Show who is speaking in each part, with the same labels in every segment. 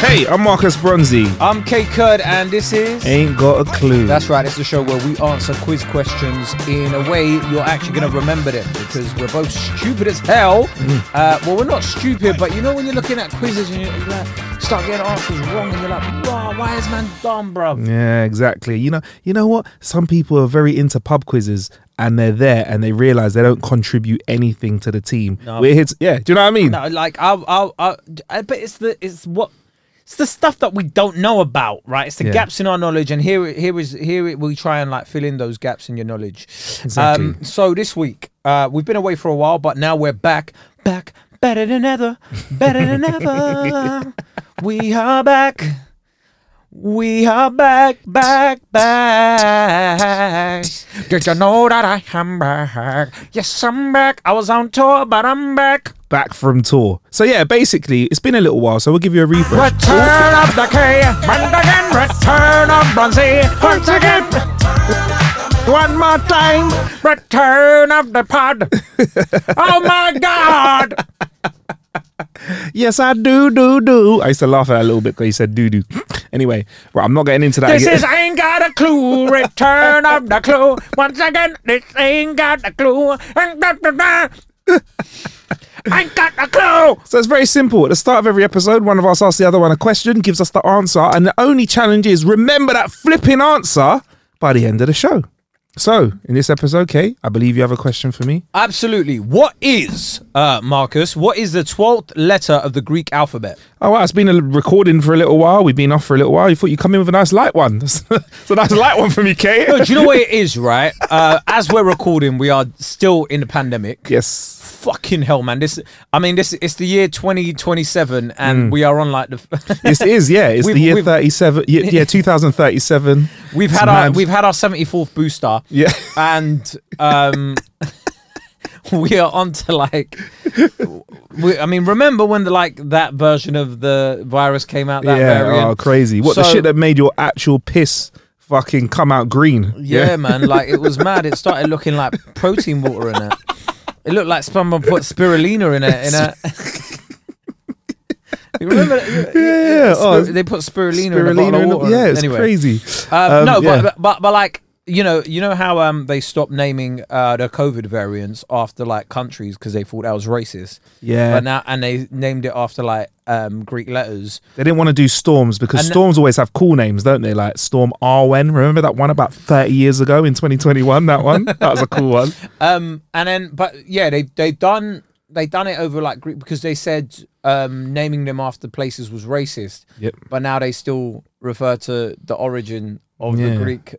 Speaker 1: Hey, I'm Marcus Bronzy.
Speaker 2: I'm Kate Curd, and this is.
Speaker 1: Ain't got a clue.
Speaker 2: That's right, it's the show where we answer quiz questions in a way you're actually going to remember them because we're both stupid as hell. Uh, well, we're not stupid, but you know when you're looking at quizzes and you you like, start getting answers wrong and you're like, wow, why is man dumb, bro?
Speaker 1: Yeah, exactly. You know, you know what? Some people are very into pub quizzes, and they're there, and they realize they don't contribute anything to the team. We're here. To, yeah, do you know what I mean?
Speaker 2: No, like, I'll, I'll, I'll, I bet it's the, it's what. It's the stuff that we don't know about, right? It's the
Speaker 1: Yeah.
Speaker 2: gaps in our knowledge, and here, here is here we try and like fill in those gaps in your knowledge. Um,
Speaker 1: Exactly.
Speaker 2: so this week, uh, we've been away for a while, but now we're back, back, better than ever, better than ever. We are back. We are back, back, back. Did you know that I am back? Yes, I'm back. I was on tour, but I'm back.
Speaker 1: Back from tour. So yeah, basically, it's been a little while, so we'll give you a refresh.
Speaker 2: Return of the K, once again, return of Bronzy, once again. One more time, return of the pod. oh my God!
Speaker 1: Yes, I do, do, do. I used to laugh at that a little bit because you said do, do. Anyway, right, I'm not getting into that.
Speaker 2: This
Speaker 1: again.
Speaker 2: is Ain't Got a Clue, return of the clue. Once again, this ain't got a clue. Ain't got a ain't got a clue!
Speaker 1: So it's very simple. At the start of every episode, one of us asks the other one a question, gives us the answer, and the only challenge is remember that flipping answer by the end of the show. So in this episode, Kay, I believe you have a question for me.
Speaker 2: Absolutely. What is, uh, Marcus, what is the 12th letter of the Greek alphabet?
Speaker 1: Oh wow, it's been a recording for a little while. We've been off for a little while. You thought you'd come in with a nice light one. it's a nice light one from you,
Speaker 2: No,
Speaker 1: Kay.
Speaker 2: do you know what it is, right? Uh, as we're recording, we are still in the pandemic.
Speaker 1: yes.
Speaker 2: Fucking hell, man! This, I mean, this it's the year 2027,
Speaker 1: Mm.
Speaker 2: and we are on like the.
Speaker 1: This is, yeah. It's the
Speaker 2: We've-
Speaker 1: year
Speaker 2: we've-
Speaker 1: thirty seven yeah, yeah, two thousand thirty seven.
Speaker 2: we've had our we've had our 74th booster.
Speaker 1: Yeah.
Speaker 2: and um, we are on to like. We, I mean, remember when the like that version of the virus came out? That
Speaker 1: yeah,
Speaker 2: variant?
Speaker 1: oh, crazy. What the
Speaker 2: So-
Speaker 1: shit that made your actual piss fucking come out green?
Speaker 2: Yeah, man, like it was mad. It started looking like protein water in it. It looked like someone put spirulina in it. In a you remember? that? You-
Speaker 1: Yeah,
Speaker 2: spir-
Speaker 1: oh,
Speaker 2: they put spirulina, in a
Speaker 1: Spirulina in
Speaker 2: bottle of
Speaker 1: the-
Speaker 2: water.
Speaker 1: Yeah, it's
Speaker 2: anyway,
Speaker 1: crazy.
Speaker 2: Um,
Speaker 1: Um,
Speaker 2: no,
Speaker 1: yeah.
Speaker 2: but, but but but like you know you know how um they stopped naming uh the COVID variants after like countries because they thought that was racist.
Speaker 1: Yeah.
Speaker 2: But now and they named it after like um Greek letters.
Speaker 1: they didn't want to do storms because
Speaker 2: And-
Speaker 1: storms always have cool names, don't they? Like Storm Arwen. Remember that one about 30 years ago in 2021? That one? That was a cool one.
Speaker 2: Um, and then, but yeah, they they done they done it over like Greek because they said um naming them after places was racist.
Speaker 1: Yep.
Speaker 2: But now they still refer to the origin of
Speaker 1: Yeah.
Speaker 2: the Greek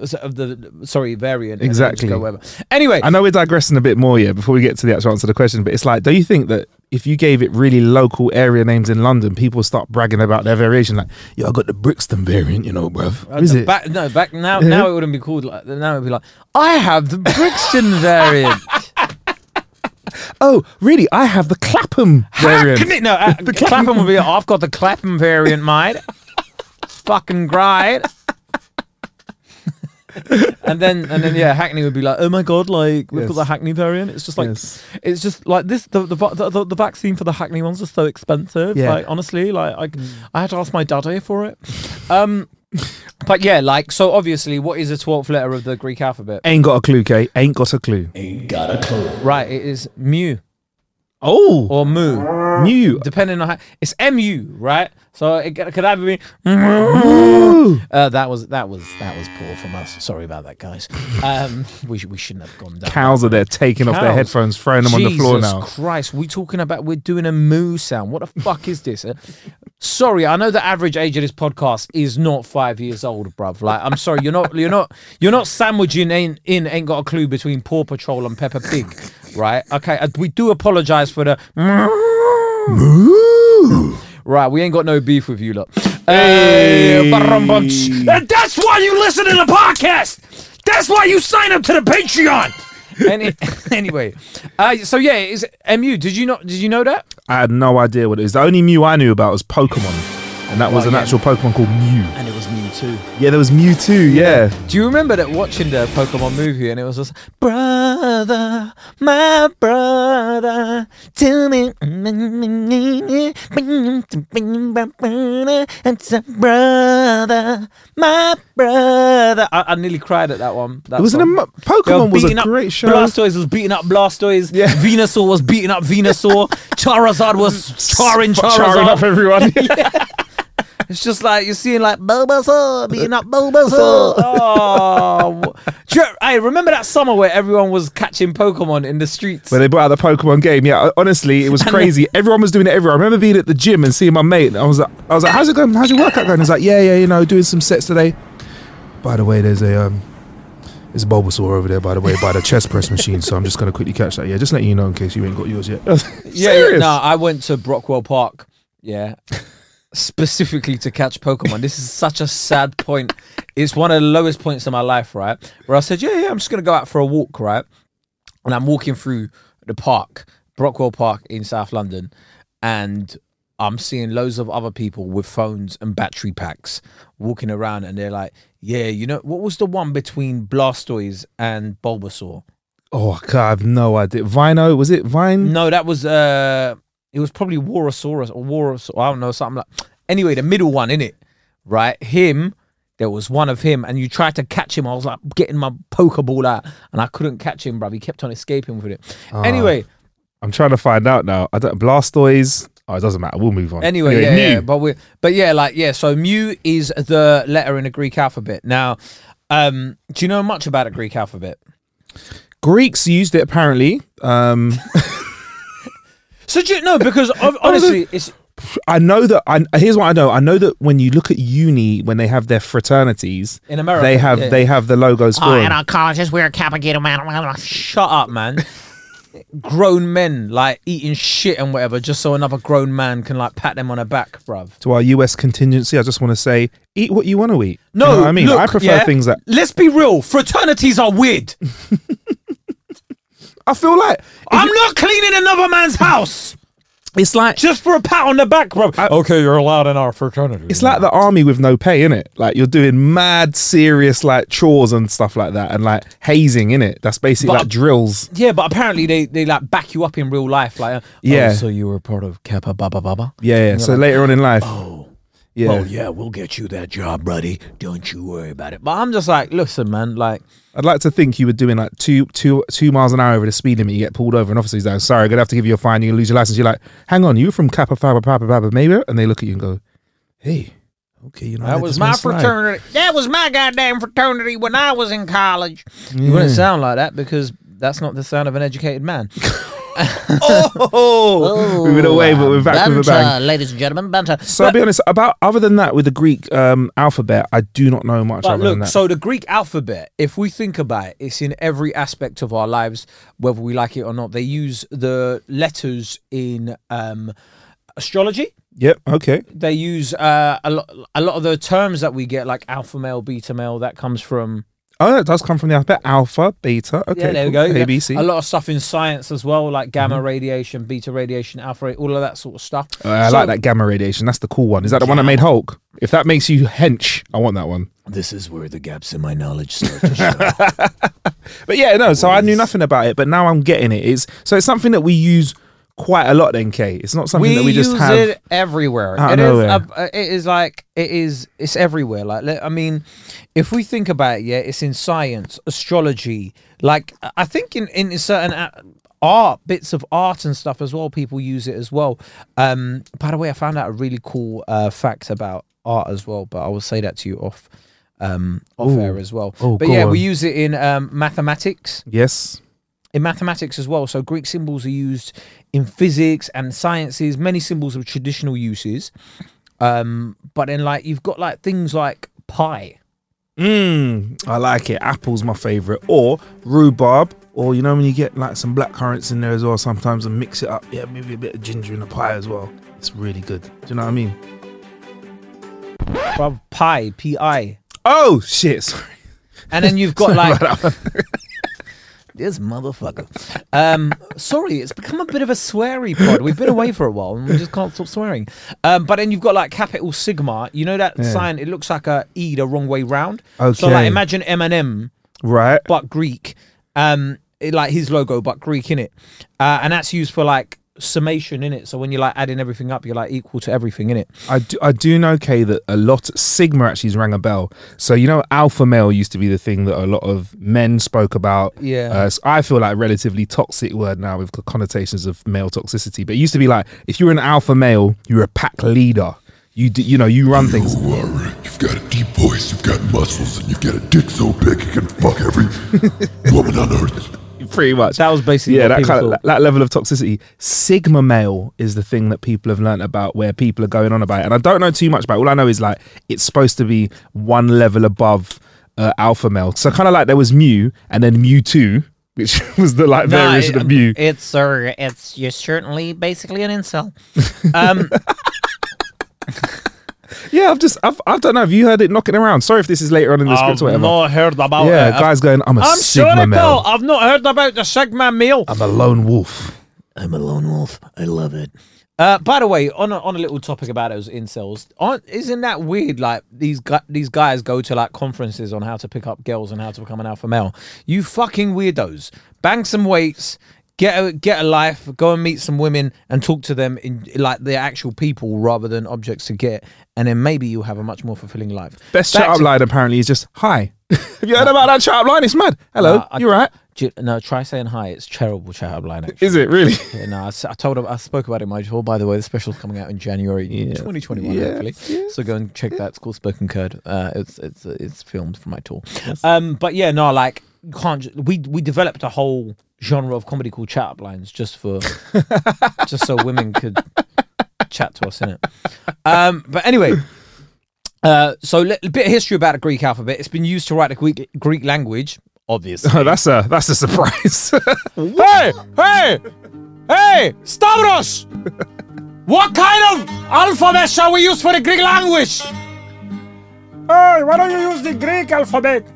Speaker 2: uh, of the sorry variant. and then
Speaker 1: Exactly.
Speaker 2: just Go wherever. Anyway,
Speaker 1: I know we're digressing a bit more here before we get to the actual answer to the question, but it's like, do you think that if you gave it really local area names in London, people start bragging about their variation? Like, yo, I got the Brixton variant, you know, bruv. What is it?
Speaker 2: uh, Back, no, back now. Now it wouldn't be called like. Now it'd be like, I have the Brixton variant.
Speaker 1: oh, really? I have the Clapham variant.
Speaker 2: Clapham- No, uh, Clapham would be. I've got the Clapham variant, mate. Fucking great. and then and then yeah, Hackney would be like, oh my god, like we've
Speaker 1: Yes.
Speaker 2: got the Hackney variant. It's just like
Speaker 1: Yes.
Speaker 2: it's just like this. The the, va- the the the vaccine for the Hackney ones is so expensive.
Speaker 1: Yeah. Mm.
Speaker 2: Like honestly, like I I had to ask my daddy for it. Um, but yeah, like so obviously, what is the twelfth letter of the Greek alphabet?
Speaker 1: Ain't got a clue, Kate. Ain't got a clue.
Speaker 2: Right, it is mu.
Speaker 1: Oh,
Speaker 2: or moo,
Speaker 1: new.
Speaker 2: depending on how it's mu, right? So it could could either be uh, that was that was that was poor from us. Sorry about that, guys. Um, we sh- we shouldn't have gone down.
Speaker 1: Cows are there taking off their
Speaker 2: Cows.
Speaker 1: headphones, throwing them on the floor
Speaker 2: Jesus
Speaker 1: now.
Speaker 2: Christ, we talking about we're doing a moo sound. What the fuck is this? Uh, sorry, I know the average age of this podcast is not five years old, bruv. Like, I'm sorry, you're not, you're not, you're not sandwiching in, in ain't got a clue between Paw Patrol and Peppa Pig, right? Okay, uh, we do apologise for the. Right, we ain't got no beef with you, lot. Hey. ba-rum-bum-ch. And that's why you listen to the podcast. That's why you sign up to the Patreon. Any, anyway, uh, so yeah, is Mu? Did you not? Did you know that?
Speaker 1: I had no idea what it was. The only Mew I knew about was Pokemon, and that was
Speaker 2: Well,
Speaker 1: an
Speaker 2: yeah.
Speaker 1: actual Pokemon called Mew.
Speaker 2: And it was Mewtwo.
Speaker 1: Yeah, there was Mewtwo. Yeah,
Speaker 2: Do you remember that watching the Pokemon movie and it was just brother, my brother, tell me, it's a brother, my brother. I, I nearly cried at that one. That
Speaker 1: it was an
Speaker 2: song.
Speaker 1: emo-
Speaker 2: They were
Speaker 1: Pokemon was a
Speaker 2: beating up
Speaker 1: great show.
Speaker 2: Blastoise was beating up Blastoise.
Speaker 1: Yeah.
Speaker 2: Venusaur was beating up Venusaur. Charizard was charring
Speaker 1: Sp-
Speaker 2: Charizard.
Speaker 1: charring up everyone.
Speaker 2: It's just like you're seeing like Bulbasaur beating up Bulbasaur. oh, Do you- hey, remember that summer where everyone was catching Pokemon in the streets?
Speaker 1: When they brought out the Pokemon game, yeah, ho- honestly, it was crazy. Everyone was doing it everywhere. I remember being at the gym and seeing my mate. And I was like, I was like, how's it going? How's your workout going? He's like, yeah, yeah, you know, doing some sets today. By the way, there's a um, there's a Bulbasaur over there. By the way, by the chest press machine. So I'm just gonna quickly catch that. Yeah, just letting you know in case you ain't got yours yet.
Speaker 2: yeah,
Speaker 1: Serious?
Speaker 2: yeah. No, I went to Brockwell Park. Yeah. Specifically to catch Pokemon. This is such a sad point. It's one of the lowest points in my life, right? Where I said, Yeah, yeah, I'm just gonna go out for a walk, right? And I'm walking through the park, Brockwell Park in South London, and I'm seeing loads of other people with phones and battery packs walking around and they're like, Yeah, you know, what was the one between Blastoise and Bulbasaur?
Speaker 1: Oh God, I have no idea. Vino was it Vine?
Speaker 2: No, that was uh, it was probably Warosaurus or Waros. I don't know something like. Anyway, the middle one in it, right? Him. There was one of him, and you tried to catch him. I was like getting my pokeball out, and I couldn't catch him, bruv. He kept on escaping with it. anyway,
Speaker 1: I'm trying to find out now. I don't Blastoise. Oh, it doesn't matter. We'll move on.
Speaker 2: Anyway, yeah,
Speaker 1: Mew.
Speaker 2: yeah, but we, but yeah, like yeah. So mu is the letter in the Greek alphabet. Now, um, do you know much about the Greek alphabet?
Speaker 1: Greeks used it apparently. Um,
Speaker 2: So do you, no, because of, honestly, it's
Speaker 1: I know that. I here's what I know. I know that when you look at uni, when they have their fraternities
Speaker 2: In America,
Speaker 1: they have
Speaker 2: yeah.
Speaker 1: they have the logos for
Speaker 3: Oh,
Speaker 1: them.
Speaker 3: and our colleges, we're Kappa Gamma. man.
Speaker 2: shut up, man. grown men like eating shit and whatever, just so another grown man can like pat them on the back, bruv.
Speaker 1: to our US contingency, I just want to say, eat what you want to eat. You
Speaker 2: No,
Speaker 1: know what I mean,
Speaker 2: look,
Speaker 1: I prefer
Speaker 2: yeah,
Speaker 1: things that
Speaker 2: Let's be real. Fraternities are weird.
Speaker 1: I feel like
Speaker 2: I'm not cleaning another man's house
Speaker 1: it's like
Speaker 2: just for a pat on the back, bruv. okay, you're allowed in our fraternity.
Speaker 1: it's like the army with no pay in it. Like you're doing mad serious like chores and stuff like that, and like hazing in it. That's basically
Speaker 2: But-
Speaker 1: like drills.
Speaker 2: Yeah, but apparently they, they like back you up in real life, like uh, oh,
Speaker 1: Yeah.
Speaker 2: so you were part of Kappa Baba Baba.
Speaker 1: Yeah, yeah. So later on in life, oh, yeah.
Speaker 2: Oh yeah, we'll get you that job, buddy. Don't you worry about it. But I'm just like, listen, man, like
Speaker 1: I'd like to think you were doing like two, two, two miles an hour over the speed limit. You get pulled over, and officer's like, "Sorry, I'm gonna have to give you a fine. You're gonna lose your license." You're like, "Hang on, you from Kappa Phi Papa Papa Maybe?" And they look at you and go, "Hey, okay, you know I
Speaker 2: that
Speaker 1: let
Speaker 2: was
Speaker 1: this
Speaker 2: my
Speaker 1: one slide."
Speaker 2: fraternity.
Speaker 3: That was my goddamn fraternity when I was in college.
Speaker 2: You wouldn't sound like that because that's not the sound of an educated man.
Speaker 1: Oh, we went away, but we're back
Speaker 3: banter,
Speaker 1: with a bang.
Speaker 3: ladies and gentlemen, banter.
Speaker 1: So I'll be honest about other than that with the Greek um, alphabet, I do not know much
Speaker 2: But
Speaker 1: other than
Speaker 2: look,
Speaker 1: that.
Speaker 2: so the Greek alphabet, if we think about it, it's in every aspect of our lives, whether we like it or not. They use the letters in um, astrology.
Speaker 1: yep, okay,
Speaker 2: They use uh, a lot. A lot of the terms that we get, like alpha male, beta male, that comes from.
Speaker 1: oh, that does come from the alphabet alpha, beta. Okay,
Speaker 2: yeah, there we
Speaker 1: cool.
Speaker 2: go. Yeah.
Speaker 1: A, B, C.
Speaker 2: A Mm-hmm. lot of stuff in science as well, like gamma radiation, beta radiation, alpha, ra- all of that sort of stuff.
Speaker 1: Uh, I
Speaker 2: So-
Speaker 1: like that gamma radiation. That's the cool one. Is that the one that made Hulk? If that makes you hench, I want that one.
Speaker 2: This is where the gaps in my knowledge start to show.
Speaker 1: But yeah, no. So I knew nothing about it, but now I'm getting it. It's so it's something that we use quite a lot. Then K, it's not something
Speaker 2: we
Speaker 1: that we just
Speaker 2: use
Speaker 1: have.
Speaker 2: it everywhere.
Speaker 1: out of
Speaker 2: It is,
Speaker 1: nowhere.
Speaker 2: a- uh, it is like it is. It's everywhere. Like le- I mean, if we think about it, yeah, it's in science, astrology. Like I- I think in in certain a- art, bits of art and stuff as well. People use it as well. Um, by the way, I found out a really cool uh, fact about art as well, but I will say that to you off um, off air as well.
Speaker 1: Oh,
Speaker 2: but
Speaker 1: go
Speaker 2: yeah, we
Speaker 1: on.
Speaker 2: use it in um, mathematics
Speaker 1: Yes.
Speaker 2: in mathematics as well. So Greek symbols are used in physics and sciences, many symbols of traditional uses. Um, but then like you've got like things like pi.
Speaker 1: Mmm, I like it. Apple's my favorite, or rhubarb, or you know when you get like some black currants in there as well sometimes and mix it up. Yeah, maybe a bit of ginger in the pie as well. It's really good. Do you know what I mean?
Speaker 2: Bruv, pi, P I.
Speaker 1: Oh shit! Sorry.
Speaker 2: And then you've got like
Speaker 1: Right up.
Speaker 2: this motherfucker. Um, sorry, it's become a bit of a sweary pod. We've been away for a while and we just can't stop swearing. Um, but then you've got like capital sigma. You know that sign? It looks like a E the wrong way round. So
Speaker 1: Okay.
Speaker 2: like imagine M and M.
Speaker 1: right.
Speaker 2: but Greek. Um, it- like his logo, but Greek in it, uh, and that's used for like summation in it. So when you're like adding everything up, you're like equal to everything in it.
Speaker 1: I do, I do know, Kay, that a lot Sigma actually rang a bell. So you know, alpha male used to be the thing that a lot of men spoke about.
Speaker 2: Yeah.
Speaker 1: uh, s- I feel like relatively toxic word now with co- connotations of male toxicity. But it used to be like if you were an alpha male, you were a pack leader. You d you know you run things.
Speaker 4: You are. You've got a deep voice, you've got muscles, and you've got a dick so big you can fuck every woman on earth.
Speaker 1: pretty much.
Speaker 2: That was basically
Speaker 1: yeah,
Speaker 2: what
Speaker 1: that
Speaker 2: people
Speaker 1: kind of,
Speaker 2: thought.
Speaker 1: that, that level of toxicity. Sigma male is the thing that people have learnt about, where people are going on about it, and I don't know too much about. it. All I know is like it's supposed to be one level above uh, alpha male. So kind of like there was mu, and then mu two, which was the like variation of mu.
Speaker 3: It's sir, it's you're certainly basically an incel. Um,
Speaker 1: yeah, I've just I've, I don't know. Have you heard it knocking around? Sorry if this is later on in the script or whatever.
Speaker 2: heard about
Speaker 1: yeah, guys going. I'm a Sigma male.
Speaker 2: I've not heard about the Sigma male.
Speaker 1: I'm a lone wolf.
Speaker 2: I'm a lone wolf. I love it. Uh, by the way, on a, on a little topic about those incels, aren't, isn't that weird? Like these gu- these guys go to like conferences on how to pick up girls and how to become an alpha male. You fucking weirdos! Bang some weights, get a, get a life, go and meet some women and talk to them in like they're actual people rather than objects to get, and then maybe you'll have a much more fulfilling life.
Speaker 1: Best
Speaker 2: Back
Speaker 1: chat up
Speaker 2: to-
Speaker 1: line apparently is just hi. have you heard about that chat up line? It's mad. Hello,
Speaker 2: Uh, I-
Speaker 1: you right?
Speaker 2: J- No, try saying hi. It's terrible chat up line. Actually.
Speaker 1: Is it really?
Speaker 2: Yeah, no, I, s- uh, I told him I spoke about it in my tour. By the way, the special's coming out in January 2021,
Speaker 1: Yes,
Speaker 2: hopefully.
Speaker 1: yes,
Speaker 2: so go and check that. It's called Spoken Curd. Uh, it's it's it's filmed for my tour. Um, but yeah, no, like you can't. ju- We we developed a whole genre of comedy called chat up lines just for just so women could chat to us in it. Um, but anyway. Uh, so li- a bit of history about the Greek alphabet. It's been used to write the Greek Greek language, obviously.
Speaker 1: Oh, that's a that's a surprise.
Speaker 2: Hey, hey, hey, Stavros! What kind of alphabet shall we use for the Greek language? Hey, why don't you use the Greek alphabet?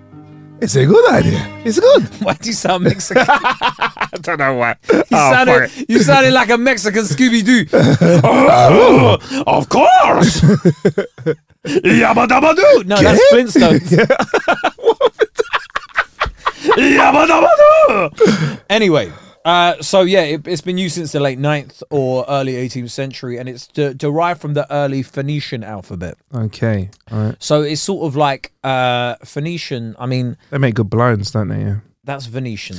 Speaker 1: it's a good idea. It's good.
Speaker 2: Why do you sound Mexican? Oh, you,
Speaker 1: I don't know why. Oh,
Speaker 2: sounded, you sounded like a Mexican Scooby Doo.
Speaker 1: Oh,
Speaker 5: Of course! Yabba dabba doo!
Speaker 2: No, that's Flintstones.
Speaker 5: Yabba dabba doo!
Speaker 2: anyway. Uh, so yeah, it, it's been used since the late 9th or early 18th century, and it's de- derived from the early Phoenician alphabet.
Speaker 1: Okay, all right.
Speaker 2: So it's sort of like uh, Phoenician. I mean,
Speaker 1: They make good blinds, don't they? Yeah.
Speaker 2: That's Venetian.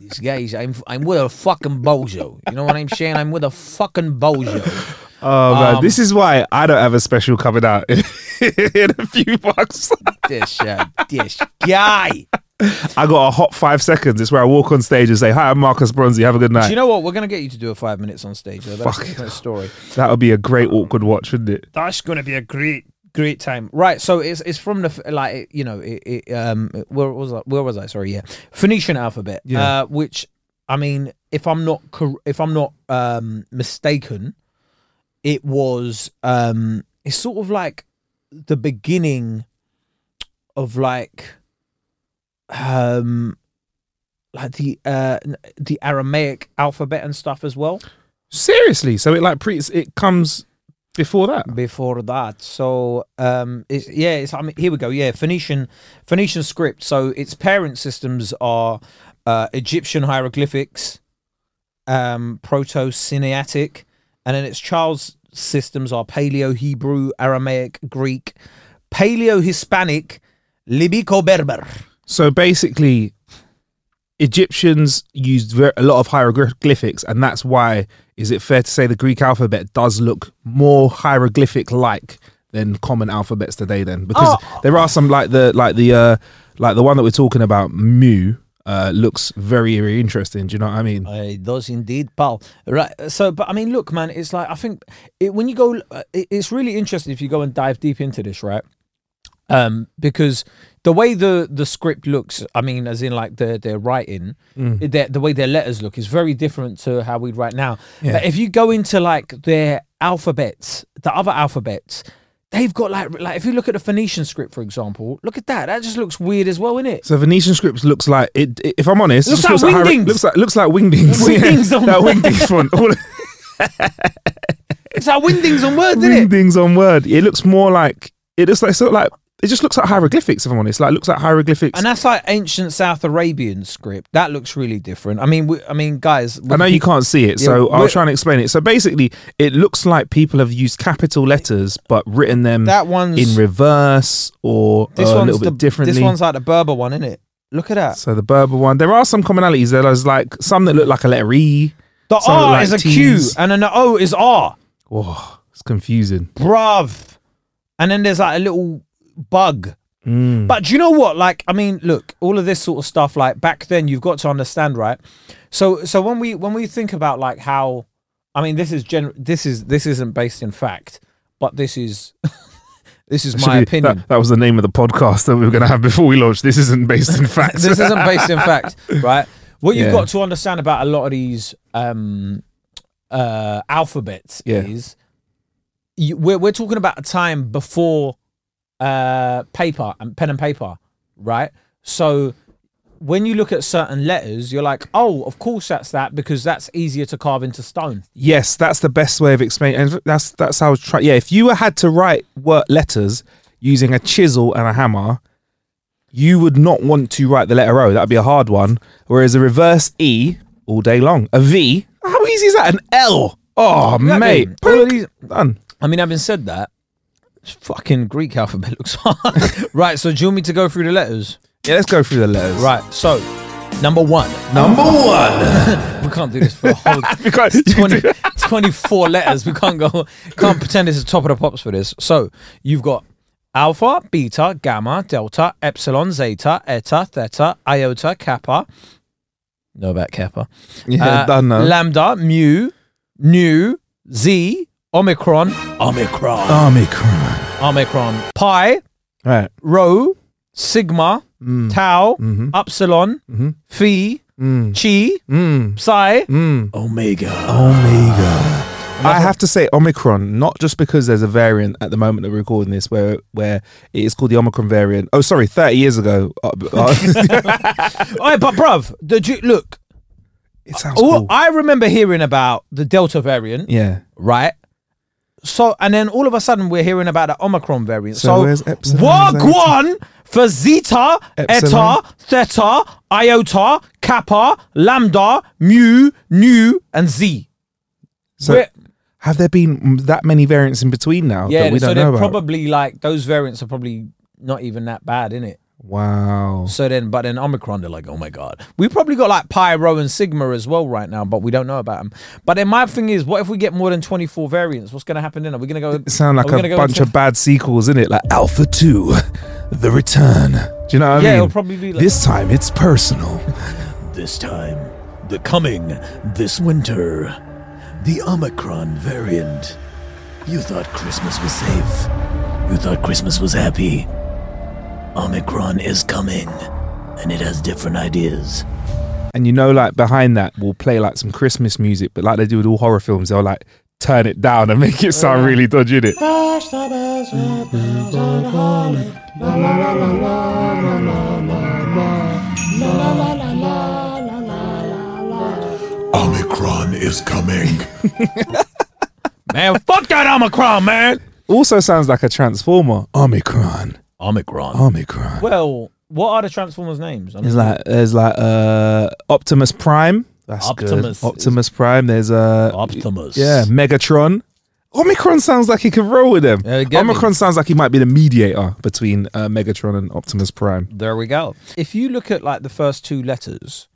Speaker 2: These guys, I'm I'm with a fucking bozo. You know what I'm saying? I'm with a fucking bozo.
Speaker 1: Oh man,
Speaker 2: Um,
Speaker 1: this is why I don't have a special coming out in, in a few bucks.
Speaker 2: This uh, this guy.
Speaker 1: I got a hot five seconds. It's where I walk on stage and say, "Hi, I'm Marcus Bronzy. Have a good
Speaker 2: Do
Speaker 1: night."
Speaker 2: you know what? We're gonna get you to do a five minutes on stage. Though. That's
Speaker 1: Fuck.
Speaker 2: a different story.
Speaker 1: that would be a great awkward watch, wouldn't it?
Speaker 2: That's gonna be a great great time. Right. So it's it's from the f- like it- you know it, it um where was I? Where was I? Sorry. Yeah, Phoenician alphabet.
Speaker 1: Yeah.
Speaker 2: Uh, which I mean, if I'm not cor- if I'm not um mistaken, it was um it's sort of like the beginning of like um like the uh n- the aramaic alphabet and stuff as well
Speaker 1: Seriously. So it like pre it comes before that.
Speaker 2: before that. So um, it's, yeah, it's, I mean, here we go. Yeah, Phoenician Phoenician script. So its parent systems are uh, Egyptian hieroglyphics, um, Proto Sinaitic, and then its child's systems are Paleo Hebrew, Aramaic, Greek, Paleo Hispanic, Libico Berber.
Speaker 1: So basically, Egyptians used ver- a lot of hieroglyphics, and that's why. Is it fair to say the Greek alphabet does look more hieroglyphic-like than common alphabets today? Then, because
Speaker 2: Oh.
Speaker 1: there are some like the like the uh, like the one that we're talking about, mu, uh, looks very very interesting. Do you know what I mean?
Speaker 2: Uh, it does indeed, pal. Right. So, but I mean, look, man, it's like I think it, when you go, uh, it, it's really interesting if you go and dive deep into this, right? Um, because the way the the script looks, I mean, as in like the their writing, their, the way their letters look is very different to how we write now. But if you go into like their alphabets, the other alphabets. They've got like like if you look at the Phoenician script, for example, look at that. That just looks weird as well, innit?
Speaker 1: So Venetian scripts looks like it. it- if I'm honest,
Speaker 2: Looks
Speaker 1: just
Speaker 2: like
Speaker 1: looks,
Speaker 2: wingdings.
Speaker 1: like, looks like looks like wingdings.
Speaker 2: Wingdings
Speaker 1: yeah.
Speaker 2: on-
Speaker 1: that wingdings font. All-
Speaker 2: It's like windings on words, innit?
Speaker 1: wingdings on word. It looks more like it looks like sort of like it just looks like hieroglyphics. If I'm honest, like it looks like hieroglyphics.
Speaker 2: And that's like ancient South Arabian script. That looks really different. I mean, we, I mean, guys.
Speaker 1: I know you can't see it, so
Speaker 2: Yeah,
Speaker 1: I'll
Speaker 2: we're-
Speaker 1: try and explain it. So basically, it looks like people have used capital letters but written them
Speaker 2: That one's
Speaker 1: in reverse or
Speaker 2: this
Speaker 1: uh, a
Speaker 2: one's
Speaker 1: little
Speaker 2: the,
Speaker 1: bit differently.
Speaker 2: This one's like the Berber one, isn't it? Look at that.
Speaker 1: so the Berber one. There are some commonalities. There's like some that look like a letter E.
Speaker 2: The
Speaker 1: Some
Speaker 2: R
Speaker 1: look like
Speaker 2: is a Q
Speaker 1: Ts.
Speaker 2: and an O is R,
Speaker 1: Whoa, Oh, it's confusing.
Speaker 2: bruv. And then there's like a little bug.
Speaker 1: Mm.
Speaker 2: But do you know what? Like, I mean, look, all of this sort of stuff. Like back then, you've got to understand, right? So, so when we when we think about like how, I mean, this is gen. This is this isn't based in fact, but this is this is
Speaker 1: Should
Speaker 2: my
Speaker 1: be-
Speaker 2: opinion.
Speaker 1: That, that was the name of the podcast that we were going to have before we launched. This isn't based in facts.
Speaker 2: this isn't based in fact, right? What you've
Speaker 1: Yeah.
Speaker 2: got to understand about a lot of these um, uh, alphabets
Speaker 1: Yeah.
Speaker 2: is you, we're we're talking about a time before uh, paper and pen and paper, right? So when you look at certain letters, you're like, oh, of course that's that because that's easier to carve into stone.
Speaker 1: yes, that's the best way of explaining. And that's that's how. Try, yeah, if you had to write word letters using a chisel and a hammer, you would not want to write the letter O. That'd be a hard one. Whereas a reverse E all day long. A V. How easy is that? An L. Oh mate,
Speaker 2: Exactly. All of
Speaker 1: Boom.
Speaker 2: these-
Speaker 1: done.
Speaker 2: I mean, having said that, fucking Greek alphabet looks hard, right? So do you want me to go through the letters?
Speaker 1: Yeah, let's go through the letters.
Speaker 2: Right. So number one.
Speaker 1: Number one.
Speaker 2: We can't do this for a whole
Speaker 1: Because
Speaker 2: it's 20, it's 24 letters. We can't go, can't pretend it's the top of the pops for this. So you've got alpha, beta, gamma, delta, epsilon, zeta, eta, theta, iota, kappa. Know about kappa.
Speaker 1: yeah,
Speaker 2: Uh,
Speaker 1: done now.
Speaker 2: Lambda, mu, nu, z, omicron, omicron,
Speaker 1: Omicron.
Speaker 2: omicron, pi,
Speaker 1: Right.
Speaker 2: rho, sigma, tau, upsilon, phi,
Speaker 1: Mm-hmm. Mm.
Speaker 2: chi,
Speaker 1: Mm.
Speaker 2: psi,
Speaker 1: Mm.
Speaker 2: omega.
Speaker 1: Omega. I have to say Omicron, not just because there's a variant at the moment that we're recording this, where where it is called the Omicron variant. Oh, sorry, thirty years ago. Uh, b- uh,
Speaker 2: All right, but bruv, the Ju- look,
Speaker 1: it sounds
Speaker 2: all,
Speaker 1: cool.
Speaker 2: Oh, I remember hearing about the Delta variant,
Speaker 1: yeah.
Speaker 2: right? So, and then all of a sudden we're hearing about the Omicron variant.
Speaker 1: So
Speaker 2: So,
Speaker 1: where's epsilon,
Speaker 2: Wog
Speaker 1: zeta?
Speaker 2: one for Zeta,
Speaker 1: Epsilon.
Speaker 2: Eta, Theta, Iota, Kappa, Lambda, Mu, Nu, and Z.
Speaker 1: So
Speaker 2: We're-
Speaker 1: have there been that many variants in between now
Speaker 2: yeah,
Speaker 1: that we
Speaker 2: so
Speaker 1: don't
Speaker 2: they're
Speaker 1: know about?
Speaker 2: probably like, those variants are probably not even that bad, innit?
Speaker 1: wow.
Speaker 2: So then, but then Omicron, they're like, oh my God. We probably got like Pi, Rho, and Sigma as well right now, but we don't know about them. But then my thing is, what if we get more than 24 variants? What's going to happen then? Are we going to go.
Speaker 1: It sound like
Speaker 2: are we
Speaker 1: a
Speaker 2: gonna go
Speaker 1: bunch
Speaker 2: into-
Speaker 1: of bad sequels, isn't it? Like Alpha Two, The Return. Do you know what I mean?
Speaker 2: Yeah, it'll probably be like-
Speaker 1: this time it's personal.
Speaker 6: This time, the coming, this winter, the Omicron variant. You thought Christmas was safe. You thought Christmas was happy. Omicron is coming, and it has different ideas.
Speaker 1: and you know like behind that we'll play like some christmas music but like they do with all horror films they'll like turn it down and make it sound really dodgy in it
Speaker 4: Omicron is coming.
Speaker 2: Man, fuck that Omicron, man.
Speaker 1: also sounds like a transformer omicron
Speaker 2: Omicron.
Speaker 1: omicron
Speaker 2: Well, what are the Transformers' names? I mean,
Speaker 1: there's like there's like uh optimus prime that's
Speaker 2: Optimus
Speaker 1: good. optimus prime there's uh
Speaker 6: Optimus.
Speaker 1: yeah megatron Omicron sounds like he could roll with them.
Speaker 2: Yeah, you get me.
Speaker 1: Omicron sounds like he might be the mediator between uh, Megatron and Optimus Prime.
Speaker 2: there we go. If you look at like the first two letters,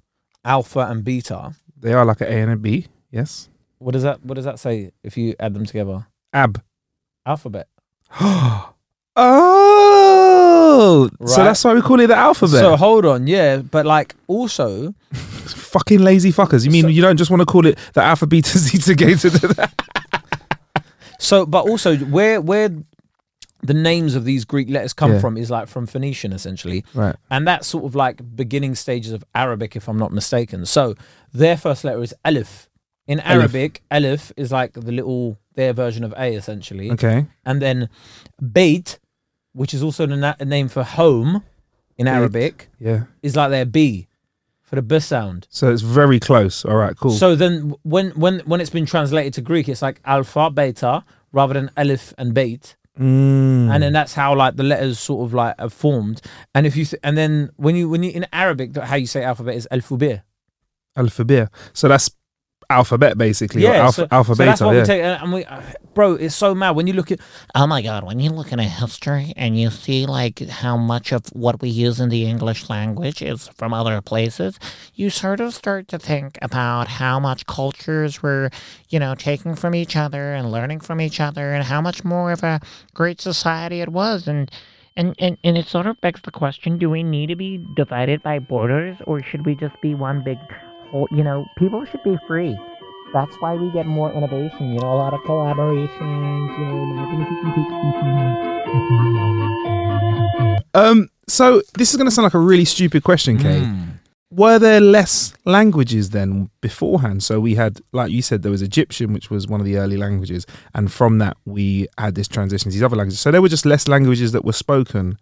Speaker 2: alpha and beta.
Speaker 1: They are like an A and a B. Yes.
Speaker 2: What does that What does that say if you add them together?
Speaker 1: Ab.
Speaker 2: Alphabet.
Speaker 1: Oh. So
Speaker 2: Right.
Speaker 1: that's why we call it the alphabet.
Speaker 2: So hold on, yeah, but like also
Speaker 1: Fucking lazy fuckers. You mean you don't just want to call it the alpha, beta, zeta, gata? da- da-
Speaker 2: So, but also where where the names of these Greek letters come
Speaker 1: Yeah.
Speaker 2: from is like from Phoenician essentially,
Speaker 1: Right.
Speaker 2: and that's sort of like beginning stages of Arabic, if I'm not mistaken. So their first letter is Aleph. In Arabic, Aleph is like the little their version of A essentially,
Speaker 1: Okay.
Speaker 2: and then Beit, which is also the na- name for home in Arabic,
Speaker 1: Yeah.
Speaker 2: is like their B for the B sound.
Speaker 1: So it's very close. All right. Cool.
Speaker 2: So then, when when when it's been translated to Greek, it's like alpha, beta, rather than aleph and bait,
Speaker 1: Mm.
Speaker 2: and then that's how like the letters sort of like are formed. And if you th- and then when you when you in Arabic, th- how you say alphabet is alphabet.
Speaker 1: alphabet. So that's alphabet basically. or alpha,
Speaker 2: so,
Speaker 1: alpha
Speaker 2: so
Speaker 1: beta.
Speaker 2: that's what
Speaker 1: yeah.
Speaker 2: we take. And we, uh, bro, it's so mad when you look at
Speaker 7: Oh my God, when you look at a history and you see like how much of what we use in the English language is from other places, you sort of start to think about how much cultures were, you know, taking from each other and learning from each other and how much more of a great society it was. And and, and, and it sort of begs the question do we need to be divided by borders or should we just be one big whole? You know, people should be free that's why we get more innovation, you know, a lot of collaborations, you know, I think we can take
Speaker 1: Um, so this is going to sound like a really stupid question, Kay.
Speaker 2: Hmm.
Speaker 1: Were there less languages then beforehand? So we had, like you said, there was Egyptian, which was one of the early languages, and from that we had this transition to these other languages. So there were just less languages that were spoken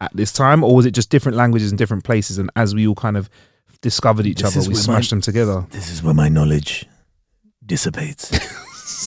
Speaker 1: at this time, or was it just different languages in different places? And as we all kind of discovered each
Speaker 6: This
Speaker 1: other,
Speaker 6: is
Speaker 1: we
Speaker 6: where
Speaker 1: smashed
Speaker 6: my-
Speaker 1: them together.
Speaker 6: This is where my knowledge dissipates.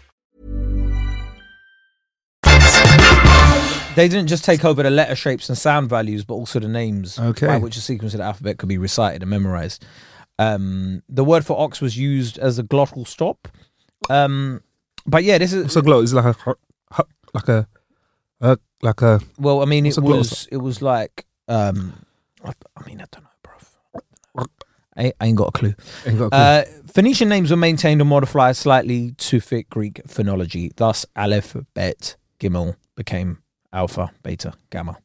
Speaker 2: they didn't just take over the letter shapes and sound values, but also the names
Speaker 1: Okay.
Speaker 2: by which a sequence of the alphabet could be recited and memorized. Um, the word for ox was used as a glottal stop. Um, but yeah, this is
Speaker 1: So glot is like a hu- hu- like a uh, like a
Speaker 2: well. I mean, it
Speaker 1: what's a glottal
Speaker 2: was it was like um, I, I mean, I don't know, bro. I, I ain't got a clue.
Speaker 1: ain't got a clue.
Speaker 2: Uh, Phoenician names were maintained and modified slightly to fit Greek phonology. Thus, Aleph, Bet, Gimel became Alpha, Beta, Gamma.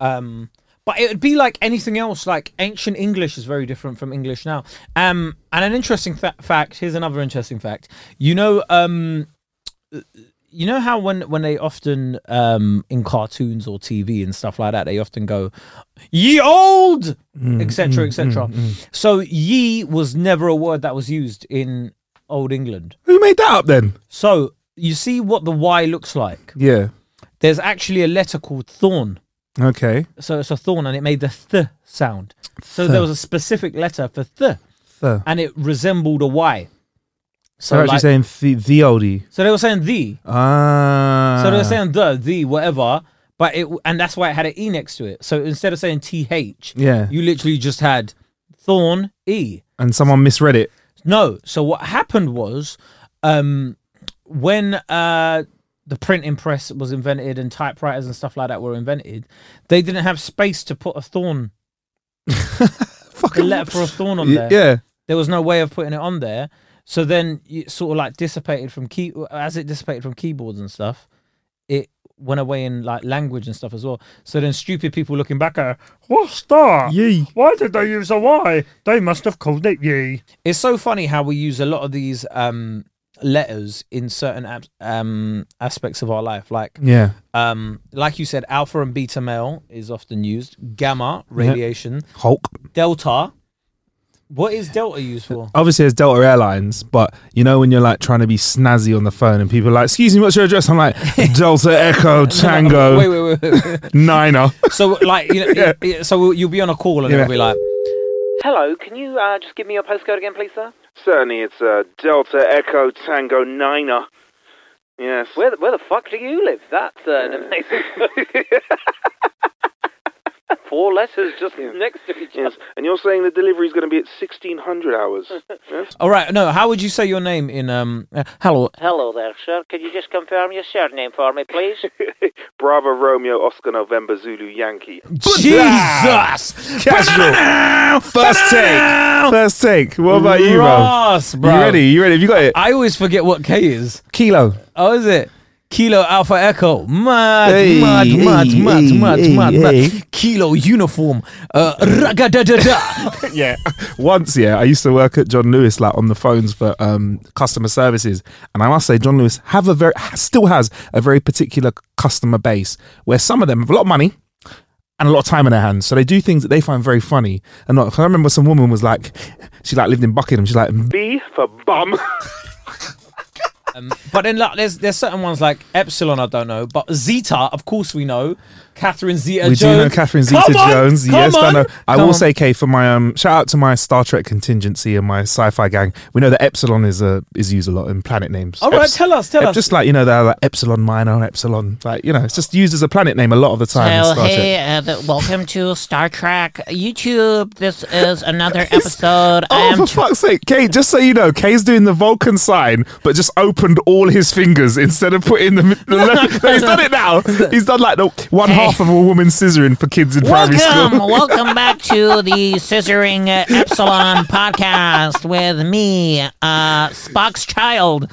Speaker 2: Um, but it would be like anything else. Like ancient English is very different from English now. Um, and an interesting fa- fact. Here's another interesting fact. You know, um, you know how when when they often um in cartoons or TV and stuff like that, they often go, "Ye old,"
Speaker 1: Mm,
Speaker 2: etc., etc. So "ye" was never a word that was used in Old England.
Speaker 1: who made that up then?
Speaker 2: So you see what the "y" looks like.
Speaker 1: Yeah.
Speaker 2: There's actually a letter called thorn.
Speaker 1: Okay.
Speaker 2: So it's a thorn, and it made the th sound. So there was a specific letter for th,
Speaker 1: So,
Speaker 2: and it resembled a y.
Speaker 1: so they're actually
Speaker 2: like-
Speaker 1: saying the, the oldie.
Speaker 2: so they were saying the.
Speaker 1: Ah.
Speaker 2: So they were saying the, the, whatever, But it and that's why it had an E next to it. So instead of saying TH,
Speaker 1: Yeah.
Speaker 2: you literally just had Thorn E.
Speaker 1: And someone misread it.
Speaker 2: No. So what happened was, um, when uh, the printing press was invented and typewriters and stuff like that were invented, they didn't have space to put a thorn, the letter for a thorn on
Speaker 1: Y-
Speaker 2: there.
Speaker 1: yeah.
Speaker 2: there was no way of putting it on there. So then it sort of like dissipated from key as it dissipated from keyboards and stuff. It went away in like language and stuff as well. So then stupid people looking back at her, what's that?
Speaker 1: Yee.
Speaker 2: Why did they use a Y? They must have called it ye. It's so funny how we use a lot of these um, letters in certain ab- um, aspects of our life. Like
Speaker 1: Yeah.
Speaker 2: um, like you said, alpha and beta male is often used. Gamma radiation,
Speaker 1: Hulk.
Speaker 2: delta. What is delta used for?
Speaker 1: Obviously, it's Delta Airlines, but you know when you're like trying to be snazzy on the phone and people are like, "Excuse me, what's your address?" I'm like, "Delta Echo Tango
Speaker 2: Wait, wait, wait. wait.
Speaker 1: Niner."
Speaker 2: So like you know, yeah, so you'll be on a call and
Speaker 1: Yeah.
Speaker 2: it'll be like
Speaker 8: Hello, can you uh, just give me your postcode again, please, sir?
Speaker 9: Certainly, it's uh, Delta Echo Tango Niner. Yes.
Speaker 8: Where the, where the fuck do you live? That's uh, an amazing. Four letters just next to each
Speaker 9: Yes. And you're saying the delivery's going to be at 1600 hours. yes?
Speaker 2: All right, no. How would you say your name in um? uh, hello,
Speaker 8: Hello there, sir. Could you just confirm your surname for me, please?
Speaker 9: Bravo Romeo Oscar November Zulu Yankee.
Speaker 2: Jesus!
Speaker 1: Casual. First take. First take. What about you,
Speaker 2: Ross,
Speaker 1: bro?
Speaker 2: bro.
Speaker 1: You ready? You ready? Have you got it?
Speaker 2: I always forget what K is.
Speaker 1: Kilo.
Speaker 2: Oh, is it? Kilo Alpha Echo. Mad,
Speaker 1: Hey,
Speaker 2: mad,
Speaker 1: hey,
Speaker 2: mad, mad,
Speaker 1: hey,
Speaker 2: mad,
Speaker 1: hey,
Speaker 2: mad, mad.
Speaker 1: hey.
Speaker 2: Kilo uniform. Uh, ragadadada.
Speaker 1: yeah. Once, yeah, I used to work at John Lewis, like on the phones for um, customer services, and I must say, John Lewis have a very still has a very particular customer base where some of them have a lot of money and a lot of time in their hands, so they do things that they find very funny. And not, 'cause I remember some woman was like, she like lived in Buckingham, she's like,
Speaker 9: B for bum.
Speaker 2: Um, but then like, there's there's certain ones like Epsilon I don't know, but Zeta of course we know. Catherine Zeta.
Speaker 1: we
Speaker 2: Jones.
Speaker 1: do know Catherine Zeta
Speaker 2: Come on,
Speaker 1: Jones.
Speaker 2: come
Speaker 1: yes, I know.
Speaker 2: on,
Speaker 1: I
Speaker 2: come
Speaker 1: will
Speaker 2: on.
Speaker 1: say, Kay, for my um, shout out to my Star Trek contingency and my sci-fi gang. We know that Epsilon is a is used a lot in planet names.
Speaker 2: All right, tell us, tell us.
Speaker 1: Just like you know, they're like Epsilon Minor, Epsilon. Like you know, it's just used as a planet name a lot of the time. in
Speaker 7: So,
Speaker 1: Star
Speaker 7: hey,
Speaker 1: Trek.
Speaker 7: uh, th- welcome to Star Trek YouTube. This is another episode. I
Speaker 1: Oh,
Speaker 7: am
Speaker 1: for fuck's sake, Kay! Just so you know, Kay's doing the Vulcan sign, but just opened all his fingers instead of putting them. The left. no, he's done it now. He's done like the one half of a woman's scissoring for kids in primary
Speaker 7: Welcome,
Speaker 1: school.
Speaker 7: welcome back to the Scissoring uh, Epsilon podcast with me, uh, Spock's child,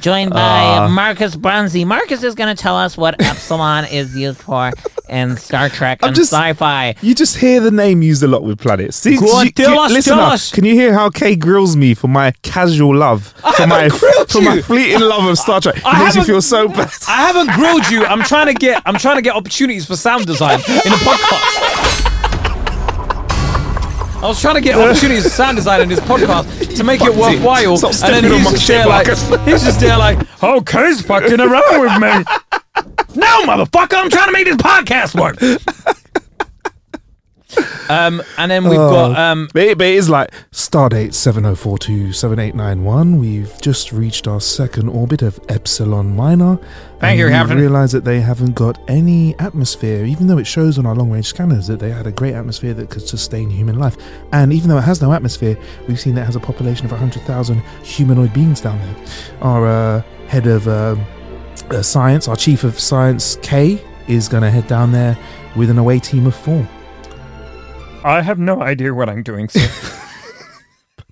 Speaker 7: joined by
Speaker 10: Ah.
Speaker 7: Marcus Brunzi. Marcus is going to tell us what Epsilon is used for in Star Trek and sci-fi.
Speaker 1: You just hear the name used a lot with planets. See,
Speaker 7: Go
Speaker 1: you-
Speaker 7: on,
Speaker 1: you-
Speaker 7: tell us,
Speaker 1: listen
Speaker 7: tell
Speaker 1: up.
Speaker 7: us.
Speaker 1: Can you hear how Kay grills me for my casual love,
Speaker 2: I
Speaker 1: for my
Speaker 2: haven't grilled
Speaker 1: for my
Speaker 2: you.
Speaker 1: fleeting love of Star Trek? It
Speaker 2: I
Speaker 1: makes me
Speaker 2: haven't-
Speaker 1: feel so bad.
Speaker 2: I haven't grilled you. I'm trying to get I'm trying to get opportunities for sound design in the podcast. I was trying to get opportunities for sound design in this podcast to make it
Speaker 1: Fucked it.
Speaker 2: worthwhile.
Speaker 1: Stop
Speaker 2: and
Speaker 1: stepping
Speaker 2: then
Speaker 1: on
Speaker 2: he's
Speaker 1: my
Speaker 2: just
Speaker 1: shit,
Speaker 2: there like
Speaker 1: Marcus.
Speaker 2: he's just there like, oh, Kay's fucking around with me. No, motherfucker, I'm trying to make this podcast work. Um, and then we've got um,
Speaker 1: but it, but it is like stardate seven zero four two seven eight nine one. We've just reached our second orbit of Epsilon Minor.
Speaker 2: Thank you,
Speaker 1: we
Speaker 2: Captain.
Speaker 1: Realize that they haven't got any atmosphere, even though it shows on our long range scanners that they had a great atmosphere that could sustain human life. And even though it has no atmosphere, we've seen that it has a population of hundred thousand humanoid beings down there. Our uh, head of um uh, science, our chief of science, K, is going to head down there with an away team of four.
Speaker 2: I have no idea what I'm doing. Sir.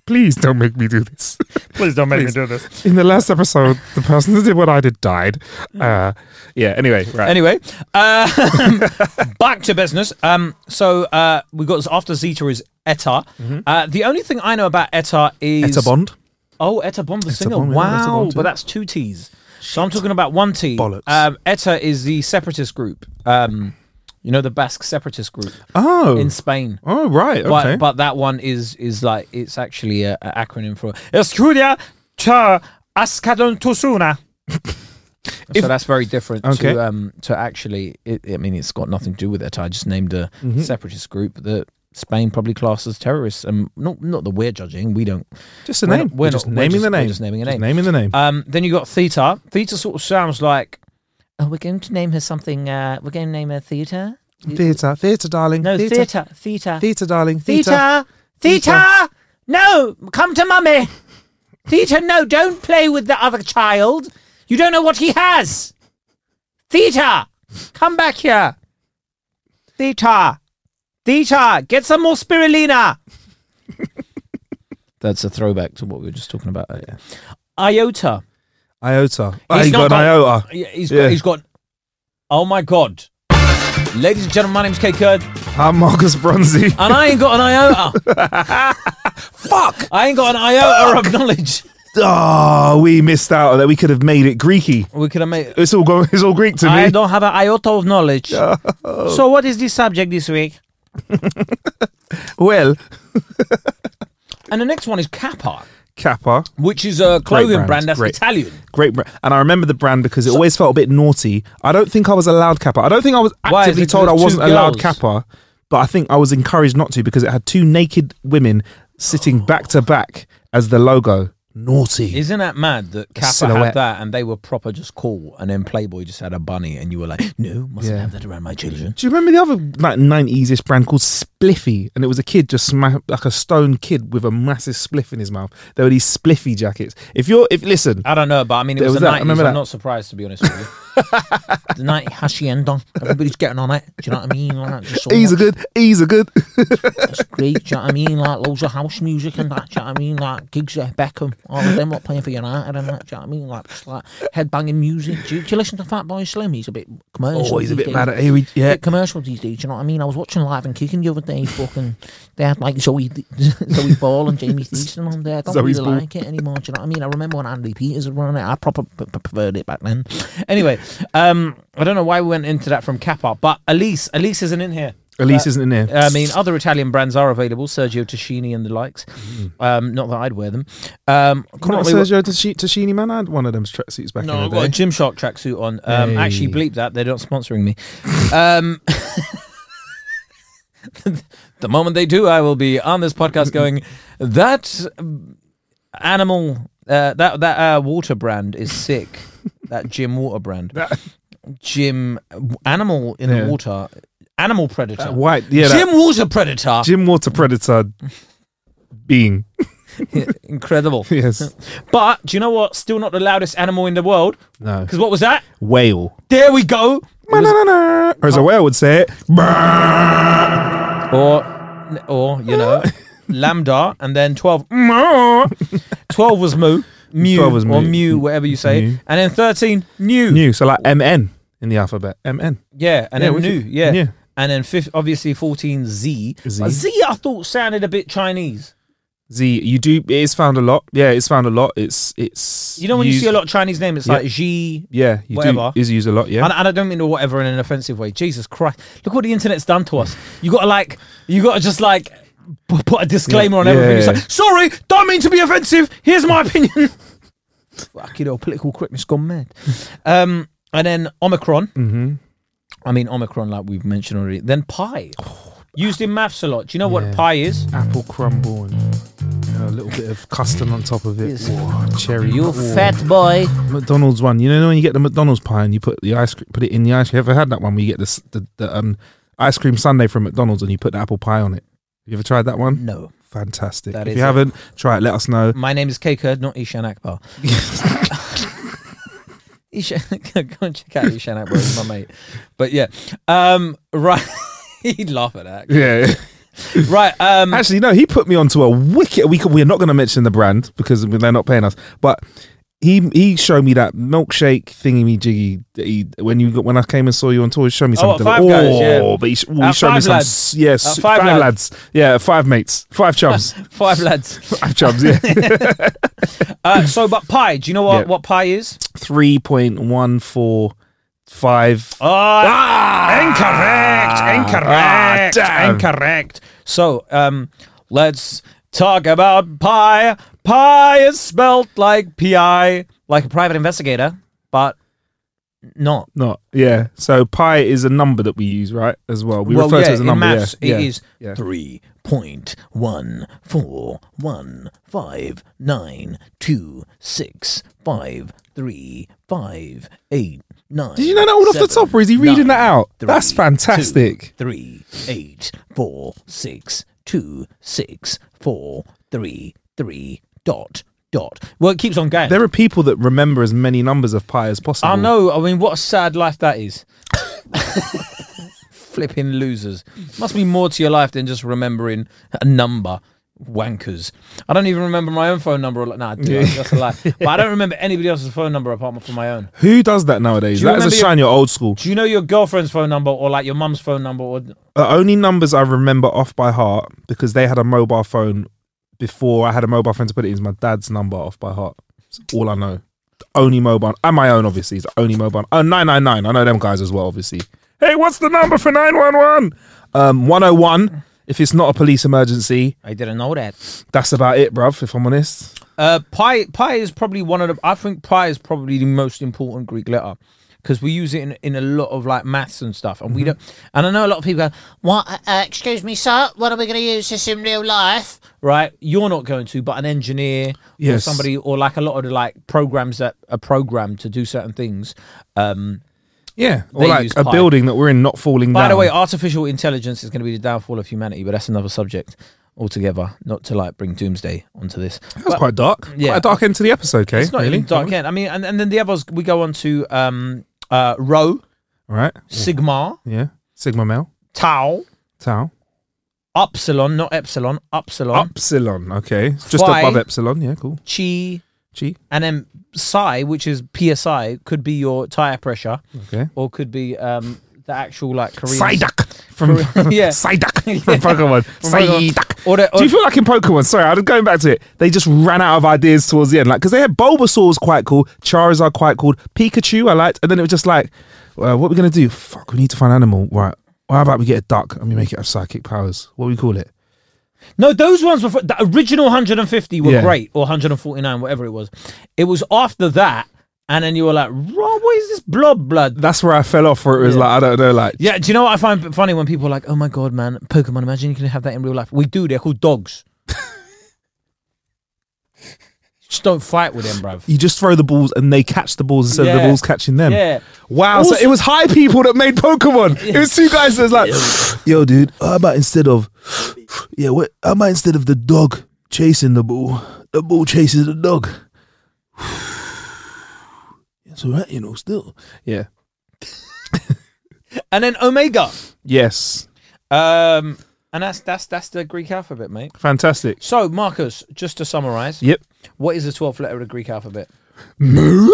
Speaker 1: Please don't make me do this.
Speaker 2: Please don't
Speaker 1: Please. In the last episode, the person that did what I did died. Uh, yeah. Anyway, right.
Speaker 2: Anyway, uh, back to business. Um, so uh, we got after Zeta is Etta.
Speaker 1: Mm-hmm.
Speaker 2: Uh, the only thing I know about Etta is
Speaker 1: Etta Bond.
Speaker 2: Oh, Etta Bond, the singer.
Speaker 1: Bond, yeah, Etta
Speaker 2: wow,
Speaker 1: Bond, yeah.
Speaker 2: but that's two T's. So I'm talking about one T. Bollocks. Um, Etta is the separatist group. Um, you know the Basque separatist group.
Speaker 1: Oh.
Speaker 2: in Spain.
Speaker 1: Oh, right,
Speaker 2: But,
Speaker 1: okay.
Speaker 2: but that one is is like it's actually a, a acronym for Escudia Cha Ascadentosuna. so that's very different
Speaker 1: Okay.
Speaker 2: to um to actually. It, I mean, it's got nothing to do with that. I just named a
Speaker 1: Mhm.
Speaker 2: separatist group that Spain probably classed as terrorists. Um, not not that we're judging. We don't.
Speaker 1: Just a
Speaker 2: we're
Speaker 1: name.
Speaker 2: Not, we're,
Speaker 1: We're just
Speaker 2: not-
Speaker 1: naming the
Speaker 2: we're we're
Speaker 1: name.
Speaker 2: just naming a
Speaker 1: Just
Speaker 2: name.
Speaker 1: naming the name.
Speaker 2: Um, then you got theta. Theta sort of sounds like Oh, we're going to name her something. Uh, we're going to name her Theta.
Speaker 1: Theatre, theatre, darling.
Speaker 2: No,
Speaker 1: theatre.
Speaker 2: Theta. Theta.
Speaker 1: Theta, darling.
Speaker 2: Theta. Theta. No, come to mummy. Theta, no, don't play with the other child. You don't know what he has. Theta, come back here. Theta. Theta, get some more spirulina.
Speaker 10: That's a throwback to what we were just talking about earlier.
Speaker 2: Iota.
Speaker 1: Iota. Oh, he's
Speaker 2: not
Speaker 1: got an iota.
Speaker 2: Yeah, he's got, he's got. Oh my god. Ladies and gentlemen, my name's Kay Kurd.
Speaker 1: I'm Marcus Bronzy.
Speaker 2: And I ain't got an iota. Fuck! I ain't got an iota of knowledge.
Speaker 1: Oh, we missed out on that. We could have made it Greeky.
Speaker 2: We could have made
Speaker 1: it's all go- it's all Greek to
Speaker 2: I
Speaker 1: me.
Speaker 2: don't have an iota of knowledge. So, what is the subject this week?
Speaker 1: well,
Speaker 2: And the next one is Kappa,
Speaker 1: Kappa,
Speaker 2: which is a clothing brand. that's
Speaker 1: great,
Speaker 2: Italian.
Speaker 1: great brand. And I remember the brand because it always felt a bit naughty. I don't think I was allowed Kappa. I don't think I was
Speaker 2: Why, is
Speaker 1: actively
Speaker 2: it 'cause
Speaker 1: told I
Speaker 2: of two
Speaker 1: wasn't allowed
Speaker 2: girls?
Speaker 1: Kappa, but I think I was encouraged not to because it had two naked women
Speaker 2: Oh.
Speaker 1: sitting back to back as the logo. Naughty.
Speaker 2: Isn't that mad that Kappa
Speaker 1: Silhouette.
Speaker 2: had that and they were proper just cool, and then Playboy just had a bunny, and you were like, no, mustn't
Speaker 1: Yeah.
Speaker 2: have that around my children.
Speaker 1: Do you remember the other like nineties ish brand called Spliffy? And it was a kid just sma- like a stone kid with a massive spliff in his mouth. There were these Spliffy jackets. If you're if listen,
Speaker 2: I don't know, but I mean, it
Speaker 1: There
Speaker 2: was,
Speaker 1: was
Speaker 2: the
Speaker 1: that, I
Speaker 2: 90s.
Speaker 1: remember
Speaker 2: I'm
Speaker 1: that.
Speaker 2: not surprised, to be honest with you. the 90 Hacienda. Everybody's getting on it. Do you know what I mean? Like, just so
Speaker 1: Ease are
Speaker 2: much.
Speaker 1: good. Ease are good.
Speaker 2: It's great. Do you know what I mean? Like, loads of house music and that. Do you know what I mean? Like, gigs at Beckham. All of them, like, playing for United and that. Do you know what I mean? Like, just, like headbanging music. Do you, do you listen to Fat Boy Slim? He's a bit commercial.
Speaker 1: Oh, he's a
Speaker 2: these
Speaker 1: bit mad
Speaker 2: days.
Speaker 1: at- here he- yeah.
Speaker 2: Bit commercial these days. Do you know what I mean? I was watching Live and Kicking the other day. Fucking, they had, like, Zoe, Zoe Ball and Jamie Thiessen on there. I don't
Speaker 1: Zoe's
Speaker 2: really
Speaker 1: Ball.
Speaker 2: like it anymore. Do you know what I mean? I remember when Andy Peters was running it. I proper p- p- preferred it back then. Anyway, um, I don't know why we went into that from Kappa, but Elise, Elise isn't in here.
Speaker 1: Elise
Speaker 2: Uh,
Speaker 1: isn't in here.
Speaker 2: I mean, other Italian brands are available, Sergio Tacchini and the likes. Um, not that I'd wear them. Um,
Speaker 1: You know,
Speaker 2: currently-
Speaker 1: Mm. Sergio Tashi- Tashini man, I had one of them tracksuits back
Speaker 2: no,
Speaker 1: in
Speaker 2: I've
Speaker 1: the
Speaker 2: got a
Speaker 1: day.
Speaker 2: Gymshark tracksuit on. Um,
Speaker 1: Hey.
Speaker 2: Actually, bleep that. They're not sponsoring me. Um, the moment they do, I will be on this podcast going, that um, animal, uh, that, that uh, water brand is sick. that gym water brand. Gym animal in
Speaker 1: Yeah.
Speaker 2: the water. Animal predator.
Speaker 1: That white, yeah, that-
Speaker 2: Gym water predator.
Speaker 1: Jim Water Predator being.
Speaker 2: Incredible.
Speaker 1: yes.
Speaker 2: But do you know what? Still not the loudest animal in the world.
Speaker 1: No.
Speaker 2: Because what was that?
Speaker 1: Whale.
Speaker 2: There we go.
Speaker 1: Or as a whale would say it.
Speaker 2: Or, or you know, lambda, and then twelve. twelve was moo, mu,
Speaker 1: 12 was
Speaker 2: or
Speaker 1: mu.
Speaker 2: mu, whatever you say,
Speaker 1: Mu.
Speaker 2: and then thirteen, new,
Speaker 1: New. So like MN in the alphabet. MN.
Speaker 2: yeah,
Speaker 1: Yeah,
Speaker 2: and then
Speaker 1: we
Speaker 2: new,
Speaker 1: could-
Speaker 2: yeah.
Speaker 1: yeah.
Speaker 2: and then fifth, obviously fourteen, z. But Z.
Speaker 1: Z.
Speaker 2: I thought sounded a bit Chinese.
Speaker 1: Z. You do. It is found a lot. Yeah, it's found a lot. It's it's.
Speaker 2: You know, when you
Speaker 1: used-
Speaker 2: see a lot of Chinese name, it's
Speaker 1: Yeah.
Speaker 2: like Xi,
Speaker 1: Yeah, you
Speaker 2: whatever.
Speaker 1: do. Is used a lot. Yeah.
Speaker 2: And, and I don't mean the whatever in an offensive way. Jesus Christ. Look what the internet's done to us. You gotta like you gotta just like p- put a disclaimer on
Speaker 1: Yeah,
Speaker 2: everything. It's
Speaker 1: yeah.
Speaker 2: like, sorry, don't mean to be offensive. Here's my opinion. Fuck you know, political correctness gone mad. um and then Omicron.
Speaker 1: Mm-hmm.
Speaker 2: I mean Omicron like we've mentioned already. Then pi. Used in maths a lot. Do you know what pi is?
Speaker 1: Apple crumble and uh, a little bit of custard on top of it. Whoa, cherry.
Speaker 2: You
Speaker 1: Whoa.
Speaker 2: fat boy.
Speaker 1: McDonald's one. You know when you get the McDonald's pie and you put the ice cream, put it in the ice. You ever had that one where you get this, the the um ice cream sundae from McDonald's and you put the apple pie on it? You ever tried that one?
Speaker 2: No.
Speaker 1: Fantastic.
Speaker 2: That
Speaker 1: if
Speaker 2: is
Speaker 1: you
Speaker 2: it.
Speaker 1: haven't, try it. Let us know.
Speaker 2: My name is K Kurd, not Ishan Akbar. Ishan, go and check out Ishan Akbar, he's my mate. But yeah, um, right. He'd laugh at that.
Speaker 1: Yeah.
Speaker 2: Right. Um,
Speaker 1: Actually, no. He put me onto a wicked. We could, we're not going to mention the brand because they're not paying us. But he he showed me that milkshake thingy me jiggy. That he, when you got, when I came and saw you on tour, he showed me
Speaker 2: Oh,
Speaker 1: something.
Speaker 2: at Five Guys, yeah.
Speaker 1: Oh, but he, sh- ooh, he
Speaker 2: At
Speaker 1: showed me
Speaker 2: Five
Speaker 1: some.
Speaker 2: Lads.
Speaker 1: s- Yeah, s-
Speaker 2: At Five
Speaker 1: five,
Speaker 2: Lads.
Speaker 1: lads. Yeah, five mates, five chums,
Speaker 2: Five lads.
Speaker 1: five chums. Yeah.
Speaker 2: Uh, so, but pi, do you know what,
Speaker 1: Yeah.
Speaker 2: what pi is?
Speaker 1: three point one four five.
Speaker 2: Uh,
Speaker 1: Ah,
Speaker 2: Incorrect. Incorrect. incorrect. So, um, let's talk about pi. Pi is spelt like PI, like a private investigator, but not.
Speaker 1: Not yeah. So pi is a number that we use, right? As well, we
Speaker 2: Well,
Speaker 1: refer to
Speaker 2: yeah,
Speaker 1: it as a
Speaker 2: in
Speaker 1: number.
Speaker 2: maths,
Speaker 1: yeah.
Speaker 2: it
Speaker 1: yeah.
Speaker 2: is
Speaker 1: yeah.
Speaker 10: Three point one four one five nine two six five three five eight
Speaker 6: nine.
Speaker 1: Did you know that all off the
Speaker 6: seven,
Speaker 1: top, or is he reading
Speaker 6: nine,
Speaker 1: that out? That's
Speaker 6: three,
Speaker 1: fantastic.
Speaker 6: two, three, eight, four, six, two, six, four, three, three, dot, dot. Well, it keeps on going.
Speaker 1: There are people that remember as many numbers of pi as possible.
Speaker 2: I know. I mean, what a sad life that is. Flipping losers. Must be more to your life than just remembering a number. Wankers. I don't even remember my own phone number. Nah, I do.
Speaker 1: Yeah.
Speaker 2: That's a lie. But I don't remember anybody else's phone number apart from my own.
Speaker 1: Who does that nowadays?
Speaker 2: Do you
Speaker 1: That is a
Speaker 2: remember your-
Speaker 1: shiny old school.
Speaker 2: Do you know your girlfriend's phone number or like your mum's phone number? Or
Speaker 1: The only numbers I remember off by heart because they had a mobile phone before I had a mobile phone to put it in is my dad's number off by heart. It's all I know. The only mobile and my own obviously is the only mobile. Oh, 999. I know them guys as well, obviously. Hey, what's the number for 911? Um, 101. If it's not a police emergency,
Speaker 2: I didn't know that.
Speaker 1: that's about it, bruv, if I'm honest.
Speaker 2: Uh, pi pi is probably one of the. I think pi is probably the most important Greek letter because we use it in, in a lot of like maths and stuff, and we don't. And I know a lot of people go,
Speaker 7: What? Uh, uh, excuse me, sir. What are we going to use this in real life?
Speaker 2: right? You're not going to, but an engineer
Speaker 1: Yes.
Speaker 2: or somebody or like a lot of the like programs that are programmed to do certain things. Um,
Speaker 1: Yeah. Or
Speaker 2: they
Speaker 1: like
Speaker 2: use
Speaker 1: a
Speaker 2: pi.
Speaker 1: building that we're in not falling
Speaker 2: By
Speaker 1: down.
Speaker 2: the way, artificial intelligence is going to be the downfall of humanity, but that's another subject altogether. Not to like bring doomsday onto this.
Speaker 1: that's quite dark. Yeah. Quite a dark end to the episode, okay?
Speaker 2: It's not
Speaker 1: really
Speaker 2: even dark end. I mean, and, and then the others we go on to um, uh, Rho,
Speaker 1: All right.
Speaker 2: Sigma,
Speaker 1: Yeah. Sigma male.
Speaker 2: Tau,
Speaker 1: Tau.
Speaker 2: Upsilon, not Epsilon, Upsilon,
Speaker 1: Epsilon. Okay. It's Just
Speaker 2: Phi.
Speaker 1: above epsilon. Yeah, cool.
Speaker 2: Chi,
Speaker 1: Chi.
Speaker 2: and then Psi, which is psi, could be your tire pressure,
Speaker 1: Okay.
Speaker 2: or could be um, the actual like Korean.
Speaker 1: Psyduck from
Speaker 2: Korean- yeah.
Speaker 1: Psyduck from Pokemon.
Speaker 2: From Pokemon.
Speaker 1: Psyduck.
Speaker 2: Or the-
Speaker 1: Do you
Speaker 2: or-
Speaker 1: feel like in Pokemon? Sorry, I'm going back to it. They just ran out of ideas towards the end, like because they had Bulbasaur was quite cool, Charizard quite cool, Pikachu I liked, and then it was just like, well, what are we gonna do? Fuck, we need to find an animal. Right? Well, how about we get a duck and we make it have psychic powers? What do we call it?
Speaker 2: No, those ones were fr- the original 150 were
Speaker 1: Yeah.
Speaker 2: great, or 149, whatever it was. It was after that, and then you were like, "Rob, what is this blob blood?"
Speaker 1: That's where I fell off. Where it was like, I don't know, like
Speaker 2: Yeah, do you know what I find b- funny when people are like, "Oh my god, man, Pokemon! Imagine you can have that in real life." We do. They're called dogs. Just don't fight with them, bruv.
Speaker 1: you just throw the balls and they catch the balls instead of the
Speaker 2: Yeah.
Speaker 1: balls catching them.
Speaker 2: Yeah.
Speaker 1: Wow, so
Speaker 2: Also-
Speaker 1: it was high people that made Pokemon. It was two guys that was like, yo, dude, how about instead of, yeah, what, how about instead of the dog chasing the ball, the ball chases the dog? It's all right, you know, still. Yeah.
Speaker 2: And then Omega.
Speaker 1: Yes.
Speaker 2: Um, and that's that's that's the Greek alphabet, mate.
Speaker 1: Fantastic.
Speaker 2: So, Marcus, just to summarize,
Speaker 1: Yep.
Speaker 2: what is the 12th letter of the Greek alphabet?
Speaker 1: Moo!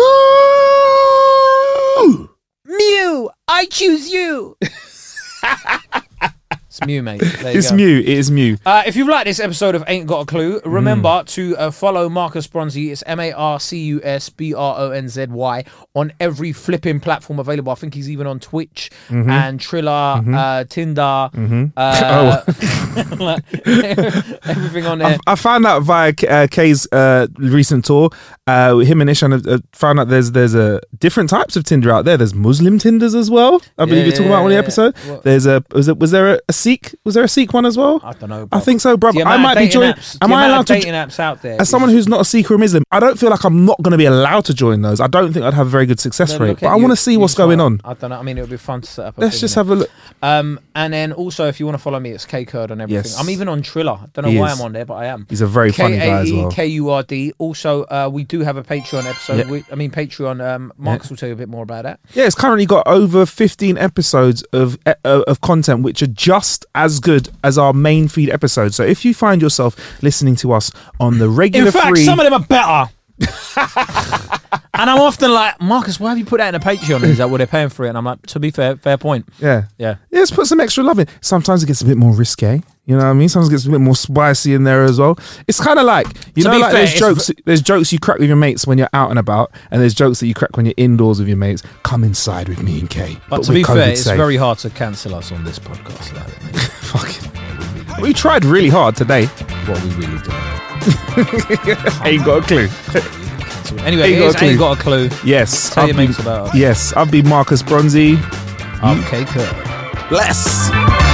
Speaker 2: Mew, I choose you. it's Mew, mate. There you
Speaker 1: It's
Speaker 2: go.
Speaker 1: Mew. It is Mew.
Speaker 2: Uh, if you've liked this episode of Ain't Got a Clue,
Speaker 1: Hmm.
Speaker 2: remember to uh, follow Marcus Bronzy. It's M A R C U S B R O N Z Y on every flipping platform available. I think he's even on Twitch
Speaker 1: Mhm.
Speaker 2: and Triller,
Speaker 1: Mm-hmm.
Speaker 2: uh, Tinder,
Speaker 1: Mhm.
Speaker 2: uh,
Speaker 1: Oh.
Speaker 2: everything on there.
Speaker 1: I, I found out via K- uh, Kay's uh, recent tour. Uh, him and Ishan have, uh, found out there's there's a different types of Tinder out there. There's Muslim Tinders as well. I believe
Speaker 2: Yeah,
Speaker 1: you're talking
Speaker 2: yeah,
Speaker 1: about on the
Speaker 2: yeah.
Speaker 1: episode.
Speaker 2: What-
Speaker 1: There's a was, it, was there a, a Sikh was there a Sikh one as well?
Speaker 2: I don't know.
Speaker 1: I
Speaker 2: bruv.
Speaker 1: think so, brother.
Speaker 2: The
Speaker 1: I
Speaker 2: amount of
Speaker 1: might be
Speaker 2: dating
Speaker 1: joining.
Speaker 2: apps- the
Speaker 1: Am I
Speaker 2: amount of
Speaker 1: allowed to?
Speaker 2: dating apps out there?
Speaker 1: As someone who's not a Sikh or a Muslim, I don't feel like I'm not going to be allowed to join those. I don't think I'd have a very good success
Speaker 2: Then
Speaker 1: rate.
Speaker 2: look
Speaker 1: But
Speaker 2: at
Speaker 1: I
Speaker 2: you-
Speaker 1: want to see
Speaker 2: you
Speaker 1: what's
Speaker 2: try
Speaker 1: going
Speaker 2: it.
Speaker 1: on.
Speaker 2: I don't know. I mean, it would be fun to set up. a
Speaker 1: Let's
Speaker 2: thing,
Speaker 1: just
Speaker 2: innit?
Speaker 1: have a look.
Speaker 2: Um, and then also, if you want to follow me, it's K Curd on everything.
Speaker 1: Yes.
Speaker 2: I'm even on Triller. I don't know
Speaker 1: He
Speaker 2: why
Speaker 1: is.
Speaker 2: I'm on there, but I am. E
Speaker 1: He's a very funny guy as well.
Speaker 2: K-A-E-K-U-R-D. Also, uh, we do have a Patreon episode.
Speaker 1: Yeah.
Speaker 2: We, I mean, Patreon. Um, Marks will tell you a bit more about that.
Speaker 1: Yeah, it's currently got over 15 episodes of uh, of content which are just as good as our main feed episodes. So if you find yourself listening to us on the regular
Speaker 2: In fact,
Speaker 1: free
Speaker 2: some of them are better. and I'm often like, Marcus, why have you put that in a Patreon? And he's like, well, they're paying for it. And I'm like, to be fair, fair point.
Speaker 1: yeah.
Speaker 2: Yeah.
Speaker 1: Yeah, let's put some extra love in. Sometimes it gets a bit more risque. You know what I mean? Sometimes it gets a bit more spicy in there as well. It's kind of like you
Speaker 2: To
Speaker 1: know,
Speaker 2: be
Speaker 1: like
Speaker 2: fair,
Speaker 1: there's
Speaker 2: it's
Speaker 1: jokes. There's jokes you crack with your mates when you're out and about, and there's jokes that you crack when you're indoors with your mates. Come inside with me and Kay.
Speaker 2: But, to be
Speaker 1: we're
Speaker 2: fair,
Speaker 1: COVID
Speaker 2: it's
Speaker 1: safe.
Speaker 2: very hard to cancel us on this podcast. Like,
Speaker 1: We tried really hard today.
Speaker 2: what we really do.
Speaker 1: Ain't got a clue.
Speaker 2: Anyway,
Speaker 1: Ain't
Speaker 2: it
Speaker 1: got a
Speaker 2: is,
Speaker 1: clue.
Speaker 2: ain't got a clue.
Speaker 1: Yes.
Speaker 2: Tell
Speaker 1: I've
Speaker 2: your
Speaker 1: been-
Speaker 2: mates about us.
Speaker 1: Yes, I've been Marcus Bronzy.
Speaker 2: Okay, cool.
Speaker 1: Bless.
Speaker 11: Mom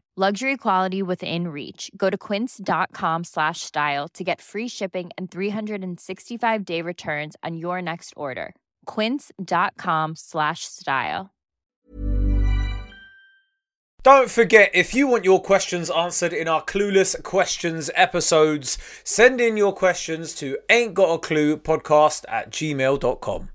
Speaker 12: Luxury quality within reach. Go to quince.com slash style to get free shipping and 365 day returns on your next order. Quince.com slash style.
Speaker 13: Don't forget, if you want your questions answered in our Clueless Questions episodes, send in your questions to ain't got a clue podcast at gmail.com.